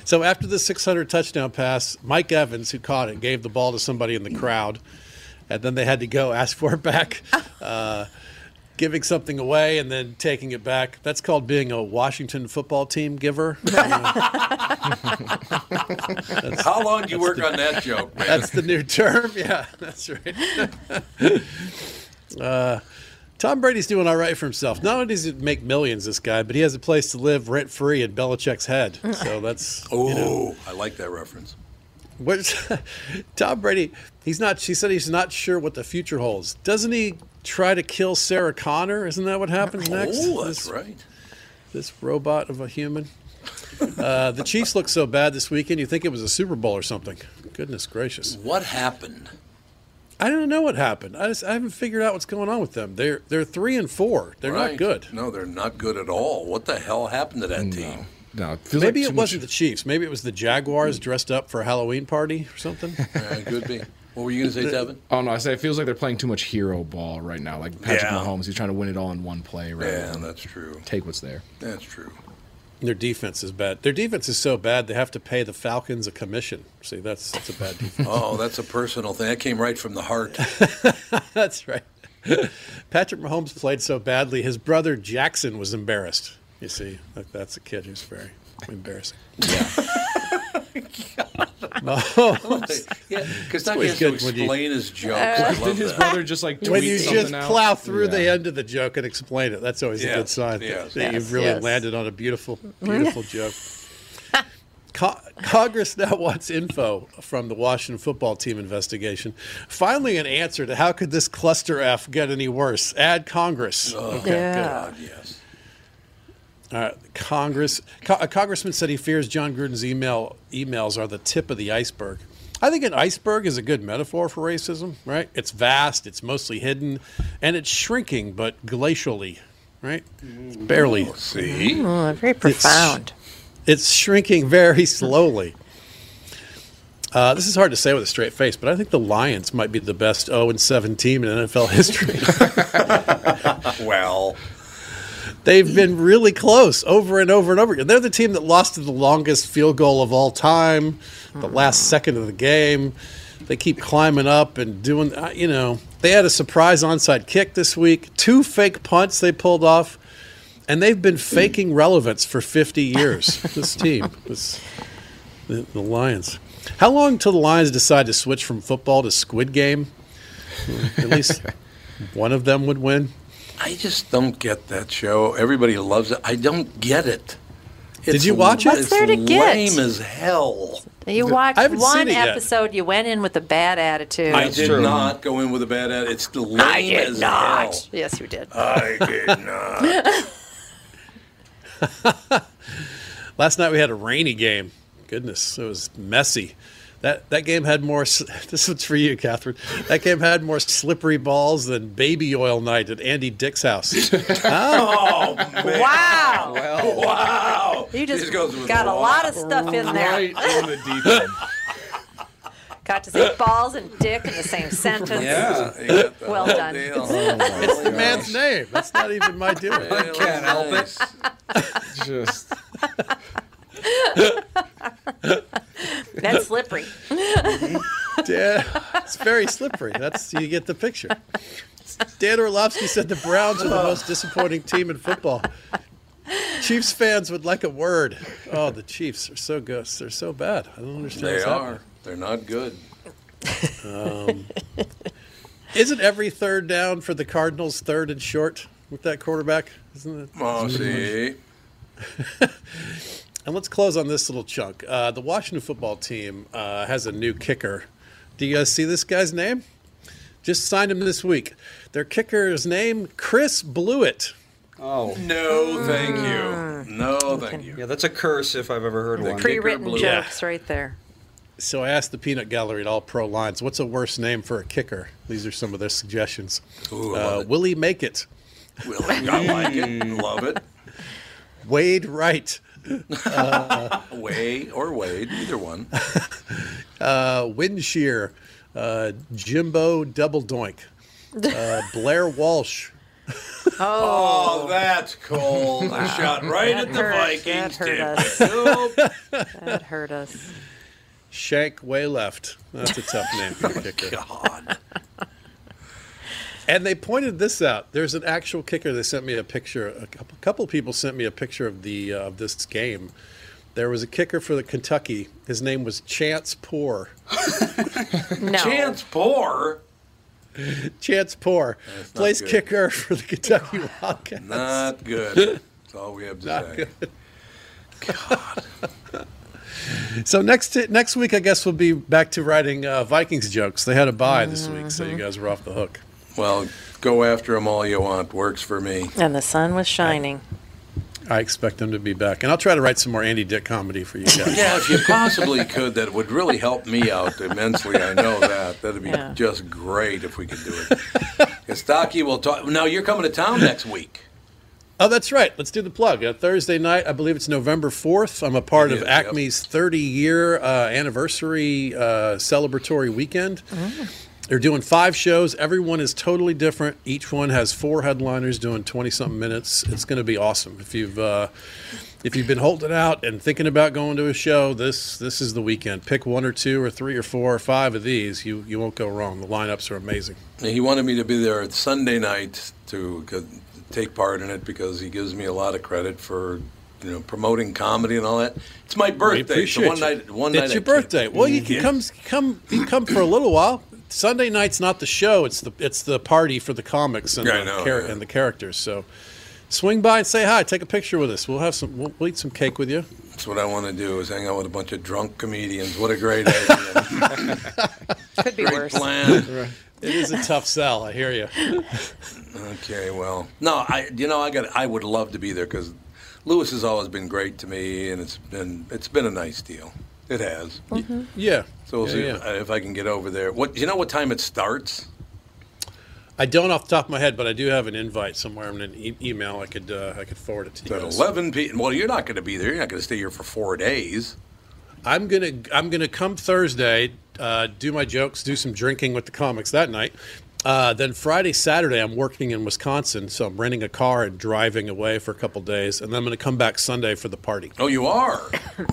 So after the 600 touchdown pass, Mike Evans, who caught it, gave the ball to somebody in the crowd, and then they had to go ask for it back, uh, giving something away and then taking it back. That's called being a Washington football team giver. Uh,
How long do you work on that joke, man?
That's the new term. Yeah, that's right. uh, Tom Brady's doing all right for himself. Not only does he make millions, this guy, but he has a place to live rent free in Belichick's head. So that's
Oh, I like that reference.
What Tom Brady? He's not. She said he's not sure what the future holds. Doesn't he try to kill Sarah Connor? Isn't that what happened next?
Oh, that's
this,
right.
This robot of a human. Uh, the Chiefs look so bad this weekend. You think it was a Super Bowl or something? Goodness gracious!
What happened?
I don't know what happened. I, just, I haven't figured out what's going on with them. They're they're three and four. They're
Right.
not good.
No, they're not good at all. What the hell happened to that team?
No, feels
Maybe
like
it
too
wasn't
much-
the Chiefs. Maybe it was the Jaguars dressed up for a Halloween party or something.
Yeah, it could be. What were you going to say, Devin?
Oh no, I said it feels like they're playing too much hero ball right now. Like Patrick
Yeah.
Mahomes, he's trying to win it all in one play. Right.
Yeah, that's true.
Take what's there.
That's true.
Their defense is bad. Their defense is so bad they have to pay the Falcons a commission. See, that's that's a bad defense.
Oh, that's a personal thing. That came right from the heart.
that's right. Patrick Mahomes played so badly, his brother Jackson was embarrassed. You see, That- that's a kid who's very embarrassing. Mahomes.
yeah, because that
always
has to
good when you-
explain his jokes. I
Did
love
his
that.
brother just like tweet
when you
something
just
out?
plow through the
Yeah.
end of the joke and explain it, that's always a good
Yes,
sign
yes.
that
Yes,
you've really
yes.
landed on a beautiful, beautiful joke. Co- Congress now wants info from the Washington football team investigation. Finally, an answer to how could this cluster F get any worse? Add Congress. Okay,
Yeah.
God, yes.
good. Uh, Congress. Co- a congressman said he fears John Gruden's email emails are the tip of the iceberg. I think an iceberg is a good metaphor for racism, right? It's vast, it's mostly hidden, and it's shrinking, but glacially, right? It's barely
See,
Oh, very profound.
it's shrinking very slowly. Uh, this is hard to say with a straight face, but I think the Lions might be the best 0 and 7 team in NFL history.
well,
They've been really close over and over and over again. They're the team that lost to the longest field goal of all time, the last second of the game. They keep climbing up and doing, uh, you know, they had a surprise onside kick this week, two fake punts they pulled off, and they've been faking relevance for 50 years. This team, this, the, the Lions. How long till the Lions decide to switch from football to Squid Game? At least one of them would win.
I just don't get that show. Everybody loves it. I don't get it. It's
you watch it?
l-
What's
there to
it's
get?
Lame as hell.
You watched
haven't seen
one
it yet.
episode, you went in with a bad attitude.
I did not go in with a bad ad. It's lame
I did
as
not.
hell. Uh,
Yes, you did.
I did not.
Last night we had a rainy game. Goodness, it was messy. That that game had more. s- This one's for you, Catherine. That game had more slippery balls than baby oil night at Andy Dick's house.
Oh man!
Wow.
Wow!
you
This
just
goes with
got a
law.
lot of stuff in there.
Right in the deep end.
Got to say balls and dick in the same sentence.
Yeah. Oh, you got the
Well
whole
done.
deal.
It's
The man's name. That's not even my doing.
Yeah, it
Can't
was
help it.
nice.
Just
That's slippery.
Dan, it's very slippery. That's you get the picture. Dan Orlovsky said the Browns are the
Oh.
most disappointing team in football. Chiefs fans would like a word. Oh, the Chiefs are so good. They're so bad. I don't understand.
They
what's happening.
are. They're not good.
Isn't every third down for the Cardinals third and short with that quarterback? Isn't it?
Oh, see.
And let's close on this little chunk. Uh, the Washington football team uh, has a new kicker. Do you guys see this guy's name? Just signed him this week. Their kicker's name, Chris Blewett.
Oh.
No, thank
Mm.
you. No, thank you.
Yeah, that's a curse if I've ever heard one.
Pre-
Pre-written
blue.
jokes right there.
So I asked the Peanut Gallery at All Pro Lines, what's a worse name for a kicker? These are some of their suggestions.
Ooh, I love
Uh,
it.
Will he make it?
Will, I like it. Love it.
Wade Wright.
Way or Wade, either one.
uh, Windshear, uh, Jimbo Double Doink, uh, Blair Walsh.
Oh, that's cold. A shot right
That
at the
hurt.
Vikings.
That hurt
Damn
us.
it. Nope.
That hurt us.
Shank way left. That's a tough name for a kicker.
Oh God.
And they pointed this out. There's an actual kicker. They sent me a picture. A couple, couple people sent me a picture of the uh, of this game. There was a kicker for the Kentucky. His name was Chance Poor.
No.
Chance poor.
Chance Poor
not
plays
good.
kicker for the Kentucky Wildcats.
Not good. That's all we have to say.
So next next week, I guess we'll be back to writing uh, Vikings jokes. They had a bye this week,
Mm-hmm.
so you guys were off the hook.
Well, go after them all you want. Works for me.
And the sun was shining.
I expect them to be back, and I'll try to write some more Andy Dick comedy for you guys.
Yeah, if you possibly could, that would really help me out immensely. I know that. That'd be
Yeah.
just great if we could do it. Kostaki will talk. Now, you're coming to town next week.
Oh, that's right. Let's do the plug. Uh, Thursday night, I believe it's November 4th. I'm a part
It
of
is, yep.
Acme's 30 year uh, anniversary uh, celebratory weekend. They're doing five shows. Everyone is totally different. Each one has four headliners doing 20 something minutes. It's going to be awesome. If you've. Uh, if you've been holding out and thinking about going to a show, this this is the weekend. Pick one or two or three or four or five of these. You you won't go wrong. The lineups are amazing.
He wanted me to be there Sunday night to co- take part in it because he gives me a lot of credit for you know promoting comedy and all that. It's my birthday, so one night, one
it's
night Mm-hmm. I
your
can't-
birthday. Well, you can
Yeah.
come, come, you come for a little while. Sunday night's not the show; it's the it's the party for the comics and,
Yeah, I
the,
know,
char-
yeah.
and the characters. So, swing by and say hi. Take a picture with us. We'll have some. We'll, we'll eat some cake with you.
That's what I want to do is hang out with a bunch of drunk comedians. What a great idea!
Could be
great
worse.
plan.
It is a tough sell. I hear you.
Okay, well, no, I you know I got I would love to be there because Lewis has always been great to me, and it's been it's been a nice deal. It has.
Yeah.
So uh, we'll
Yeah,
see
yeah.
If, if I can get over there. What you know? What time it starts?
I don't off the top of my head, but I do have an invite somewhere in an e- email. I could uh, I could forward it to you.
It's at
guys.
eleven p.m. Well, you're not going to be there. You're not going to stay here for four days.
I'm gonna I'm gonna come Thursday, uh, do my jokes, do some drinking with the comics that night. Uh, then Friday, Saturday, I'm working in Wisconsin, so I'm renting a car and driving away for a couple days, and then I'm gonna come back Sunday for the party.
Oh, you are.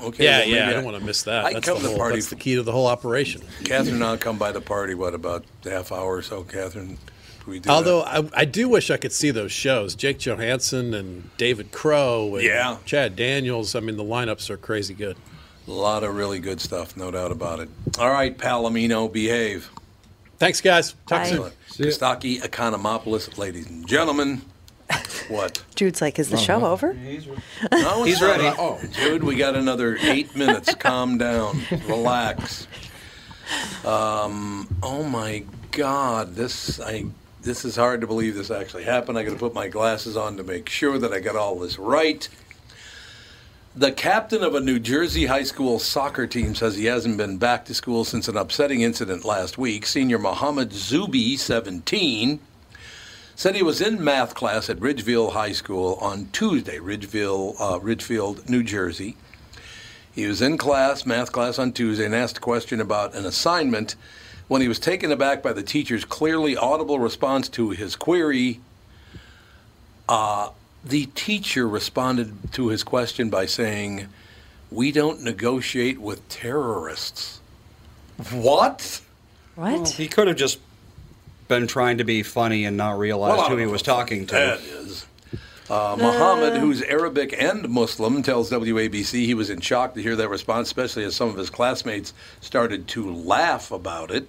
Okay. well,
yeah,
maybe
yeah, I don't want to miss that.
I
that's
come
the
to the
whole,
party
That's the
f-
key to the whole operation.
Catherine and I'll come by the party. What about a half hour or so, Catherine? Can We do
Although
that?
I, I do wish I could see those shows, Jake Johansson and David Crow and
Yeah.
Chad Daniels. I mean, the lineups are crazy good.
a lot of really good stuff, no doubt about it. All right, Palomino, behave.
Thanks, guys. Talk
Bye.
soon.
Excellent. Kostaki Economopoulos, ladies and gentlemen. What?
Jude's like, is the show
Uh-huh.
over?
No, it's
He's
not.
ready.
Oh, dude, we got another eight minutes. Calm down. Relax. Um, oh my God, this I this is hard to believe this actually happened. I got to put my glasses on to make sure that I got all this right. The captain of a New Jersey high school soccer team says he hasn't been back to school since an upsetting incident last week. Senior Mohammed Zubi, 17, said he was in math class at Ridgeville High School on Tuesday, Ridgeville, uh, Ridgefield, New Jersey. He was in class, math class on Tuesday, and asked a question about an assignment when he was taken aback by the teacher's clearly audible response to his query. Uh, the teacher responded to his question by saying, We don't negotiate with terrorists. What?
What?
Oh.
He could have just been trying to be funny and not realized
Well,
who he was talking to.
That is. Uh, Muhammad, who's Arabic and Muslim, tells WABC he was in shock to hear that response, especially as some of his classmates started to laugh about it.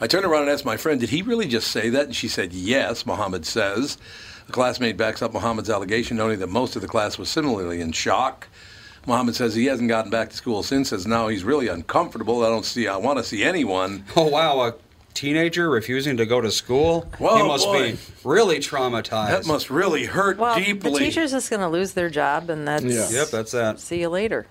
I turned around and asked my friend, did he really just say that? And she said, yes, Muhammad says. A classmate backs up Muhammad's allegation, noting that most of the class was similarly in shock. Muhammad says he hasn't gotten back to school since, says now he's really uncomfortable. I don't see, I want to see anyone.
Oh wow, a teenager refusing to go to school.
Whoa,
he must
boy.
be really traumatized.
That must really hurt
Well,
deeply.
the teacher's just going to lose their job, and that's.
Yep, that's that.
See you later,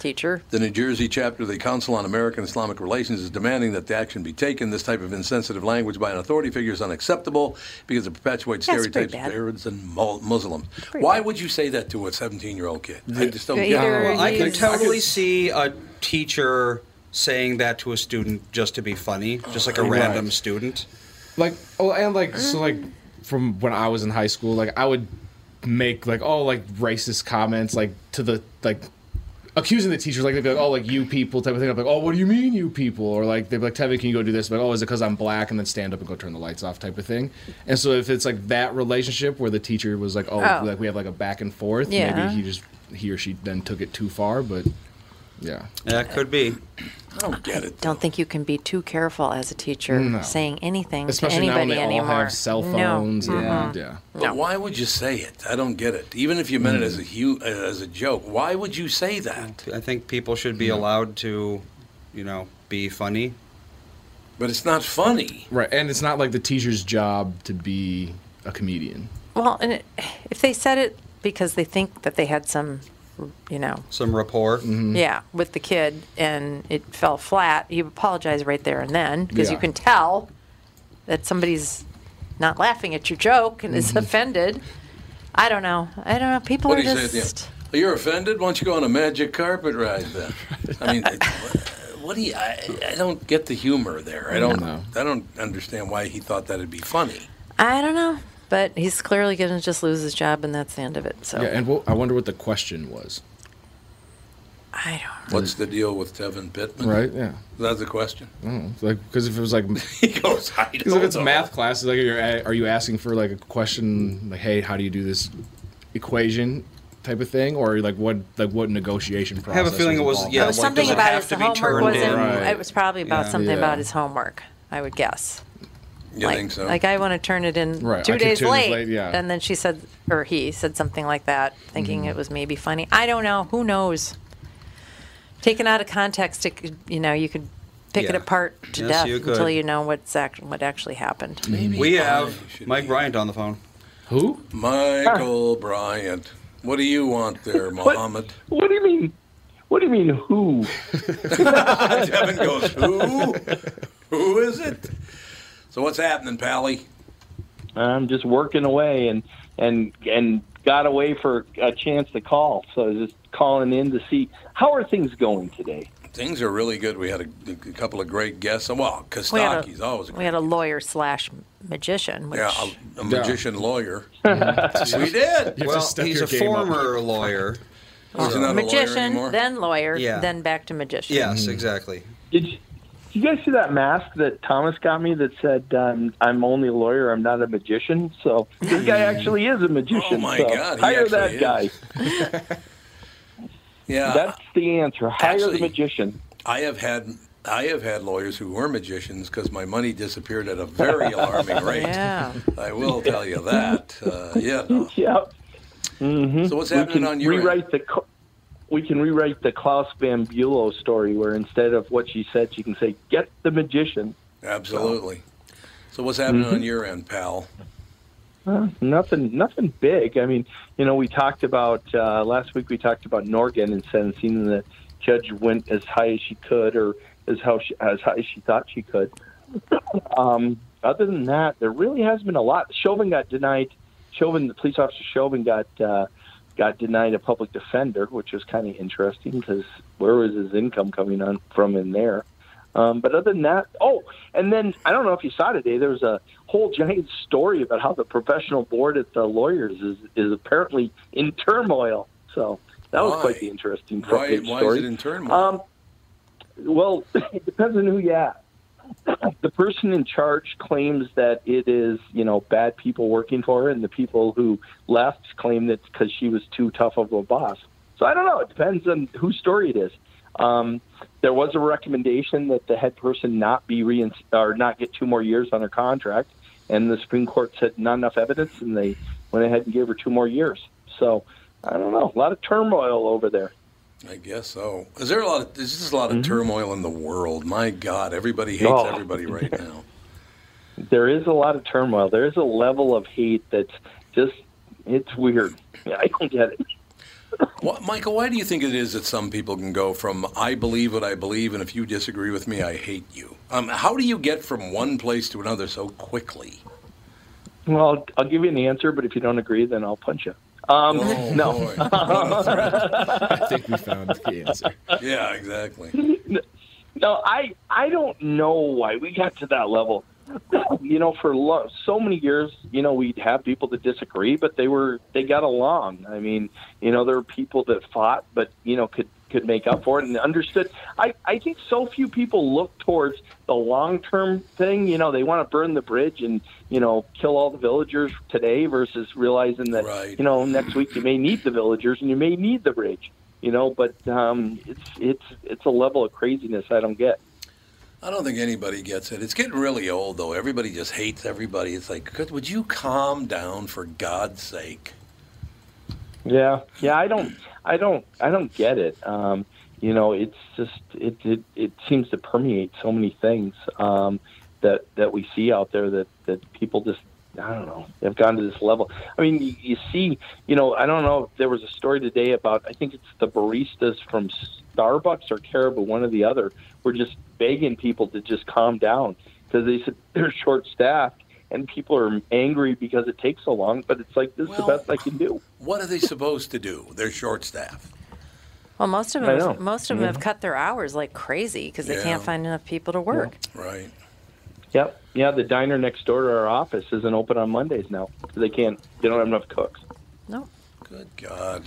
teacher.
The New Jersey chapter of the Council on American Islamic Relations is demanding that the action be taken. This type of insensitive language by an authority figure is unacceptable because it perpetuates
Yeah, it's pretty
stereotypes
bad.
of Arabs and Mul- Muslims.
pretty
Why
bad.
would you say that to a 17-year-old kid? I just don't
Either
get it.
Well,
I
you-
can totally see a teacher saying that to a student just to be funny, just like a random student.
like oh and like so like
Mm-hmm.
from when i was in high school like i would make like all like racist comments like to the like accusing the teachers like they'd be like oh like you people type of thing i'm like oh what do you mean you people or like they'd be like Tevin can you go do this like oh is it because i'm black and then stand up and go turn the lights off type of thing and so if it's like that relationship where the teacher was like oh,
Oh.
like we have like a back and forth
Yeah.
maybe he just he or she then took it too far but yeah
That could be.
I don't get it.
Don't think you can be too careful as a teacher saying anything to
especially now when
anybody
they all
anymore.
have cell phones
No.
and,
Mhm.
yeah
But why would you say it? I don't get it. Even if you meant it as a hu- as a joke, why would you say that?
I think people should
Mm-hmm.
be allowed to, you know, be funny.
But it's not funny.
Right, and it's not like the teacher's job to be a comedian.
Well, and it, if they said it because they think that they had some, you know,
Some rapport.
Mm-hmm.
yeah, with the kid and it fell flat, you apologize right there and then because you
Yeah.
can
Mm-hmm.
tell that somebody's not laughing at your joke and is offended. I don't know. I don't know. People
What
are
do you say at the
just.
end? Well, You're offended? Why don't you go on a magic carpet ride then? I mean, it- what do you? I, I don't get the humor there. I don't. I don't understand why he thought that'd be funny.
I don't know. But he's clearly going to just lose his job, and that's the end of it. So
Yeah, and what, I wonder what the question was.
I don't.
What's the deal with Tevin Pittman?
Right? Yeah.
That's the question.
I don't know. It's Like, because if it was like, because
He goes. I don't
if it's
know."
math class, it's like, you're, a- are you asking for like a question, like, hey, how do you do this equation type of thing, or like what, like what negotiation
I
process?
have a feeling it was
involved?
yeah.
it was
like,
something
does it
about
have
his
to be
homework.
turned
Was
in?
not
Right.
It was probably about
Yeah.
something
Yeah.
about his homework. I would guess.
You
like,
think so?
Like I want to turn it in
Right,
two
I could
days
two days
late.
late, yeah.
And then she said, or he said something like that, thinking
Mm-hmm.
it was maybe funny. I don't know. Who knows? Taken out of context, it could, you know, you could pick it
Yeah.
apart to
Yes,
death
you
until
could.
you know what's act- what actually happened.
Maybe
We
I
have
should
Mike
be-
Bryant on the phone.
Who?
Michael Bryant. What do you want there, Mohammed?
What do you mean? What do you mean? Who?
Tevin goes. Who? Who is it? So what's happening, Pally?
I'm just working away and and and got away for a chance to call. So I was just calling in to see how are things going today.
Things are really good. We had a, a couple of great guests. Oh, Well,
We had,
Kostaki's always a
a, we had a lawyer slash magician, which
Yeah, a, a magician lawyer. we did.
Well,
step
he's
your
a
game up.
former lawyer.
He's not a lawyer
magician,
anymore.
then lawyer,
Yeah.
then back to magician.
Yes, exactly.
Did you, did you guys see that mask that Thomas got me that said um, I'm only a lawyer, I'm not a magician? So this guy actually is a magician.
Oh, my
so
God, he
hire
actually
that
is.
guy.
yeah,
That's the answer. Hire
actually-
the magician.
I have had I have had lawyers who were magicians because my money disappeared at a very alarming rate.
Yeah.
I will tell you that. Uh, yeah. no.
Yep.
So what's
we
happening
can
on your end?
rewrite the co- we can rewrite the Klaus Van Bulow story where instead of what she said, she can say, "Get the magician."
Absolutely. So what's happening
Mm-hmm.
on your end, pal?
Nothing, nothing big. I mean, you know, we talked about uh, last week. We talked about Norgan and sentencing, and the judge went as high as she could, or as how she, as high as she thought she could. um, other than that, there really hasn't been a lot. Chauvin got denied. Chauvin, the police officer Chauvin, got uh, got denied a public defender, which was kind of interesting because where was his income coming on from in there? Um, but other than that, oh, and then I don't know if you saw today, there was a whole giant story about how the professional board at the lawyers is, is apparently in turmoil. So that was
Why?
quite the interesting front
Why,
page
why
story.
is it in turmoil?
Um, well, it depends on who you ask. The person in charge claims that it is, you know, bad people working for her, and the people who left claim that's because she was too tough of a boss. So I don't know. It depends on whose story it is. Um, there was a recommendation that the head person not be reinst- or not get two more years on her contract, and the Supreme Court said not enough evidence, and they went ahead and gave her two more years. So I don't know. A lot of turmoil over there.
I guess so. Is there a lot? Of, there's just a lot of
Mm-hmm.
turmoil in the world. My God, everybody hates
Oh.
everybody right now.
there is a lot of turmoil. There is a level of hate that's just it's weird. I don't get it.
Why- Michael, why do you think it is that some people can go from "I believe what I believe," and if you disagree with me, I hate you? Um, how do you get from one place to another so quickly?
Well, I'll, I'll give you an answer, but if you don't agree, then I'll punch you. Um,
Oh,
no,
boy. What a threat.
I think we found the answer.
yeah, exactly.
no, I I don't know why we got to that level. You know, for lo- so many years, you know, we'd have people that disagree, but they were they got along. I mean, you know, there were people that fought, but you know, could could make up for it and understood. I I think so few people look towards the long term thing. You know, they want to burn the bridge and you know kill all the villagers today versus realizing that
Right.
you know next week you may need the villagers and you may need the bridge. You know, but um, it's it's it's a level of craziness I don't get.
I don't think anybody gets it. It's getting really old, though. Everybody just hates everybody. It's like, could, would you calm down for God's sake?
Yeah, yeah, I don't, I don't, I don't get it. Um, you know, it's just it, it it seems to permeate so many things um, that that we see out there that that people just I don't know they've gone to this level. I mean, you, you see, you know, I don't know. if There was a story today about I think it's the baristas from Starbucks or Caribou, one or the other, were just begging people to just calm down because they said they're short staffed and people are angry because it takes so long. But it's like this is the best I can do.
What are they supposed to do? They're short staffed.
Well, most of
I
them,
know.
most of them have
Mhm.
cut their hours like crazy because they
Yeah.
can't find enough people to work.
Right.
Yep. Yeah, the diner next door to our office isn't open on Mondays now. They can't. They don't have enough cooks.
Good God.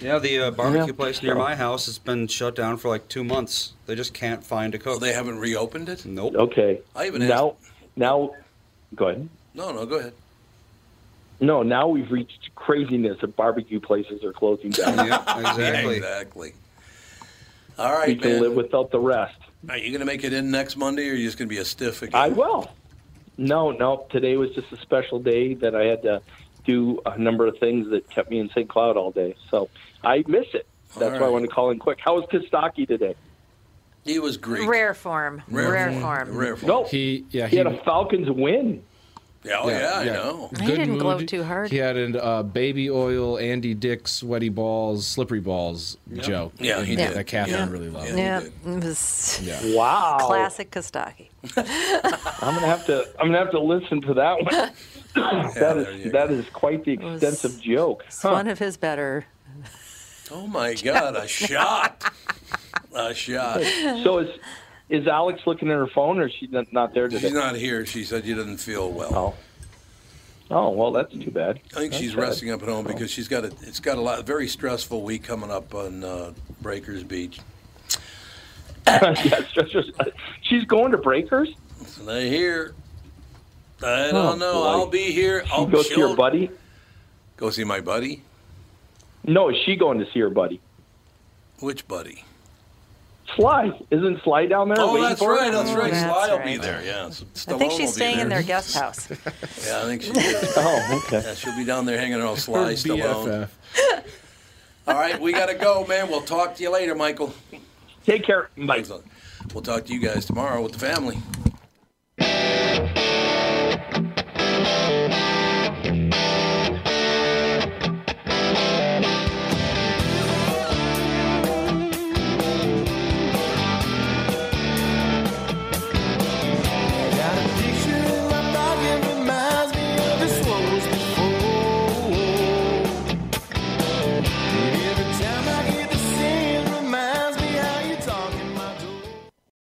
Yeah, the uh, barbecue place near
Yeah.
my house has been shut down for like two months. They just can't find a cook.
Oh, they haven't reopened it.
Nope.
Okay.
I even
now. Now, go ahead.
No, no, go ahead.
No, now we've reached craziness of barbecue places are closing down.
exactly. All right,
we can
man.
live without the rest.
Are you going to make it in next Monday, or are you just going to be a stiff again?
I will. No, no. Today was just a special day that I had to do a number of things that kept me in St. Cloud all day. So I miss it. That's
All
why I
right.
want to call in quick. How was Kostaki today?
He was Greek.
Rare form. Rare, form.
No,
he yeah
he, had a Falcons win.
Yeah,
oh, yeah, I know.
He didn't gloat too hard.
He had an uh, baby oil, Andy Dick, sweaty balls, slippery balls joke.
Yeah, he
that-
did.
That Catherine
Yeah.
really loved.
Yeah, it was
Yeah.
Wow.
classic Kostaki.
I'm gonna have to. I'm gonna have to listen to that one. that is that is quite the extensive joke.
It's
Huh.
one of his better.
Oh my God, a shot! A shot.
So is is Alex looking at her phone, or is she not- not there today?
She's not here. She said she doesn't feel well.
Oh well, that's too bad.
I think
That's
she's
bad. Oh.
resting up at home because she's got a, it's got a lot very stressful week coming up on uh, Breakers Beach.
Yeah, stress- stress- she's going to Breakers.
And I hear, I
Oh,
don't know.
boy.
I'll be here.
She
I'll
goes to
Oh, she'll-
your buddy.
Go see my buddy.
No, is she going to see her buddy?
Which buddy?
Sly isn't Sly down there?
Oh,
waiting
that's
for her?
right. That's right.
That's
Sly will
right.
be there. Yeah. So
I think
Stallone will
she's
be
staying
there.
in their guest house.
Yeah, I think she is.
oh, okay.
Yeah, she'll be down there hanging out with Sly Stallone.
BFF.
All right, we gotta go, man. We'll talk to you later, Michael.
Take care, Mike.
We'll talk to you guys tomorrow with the family.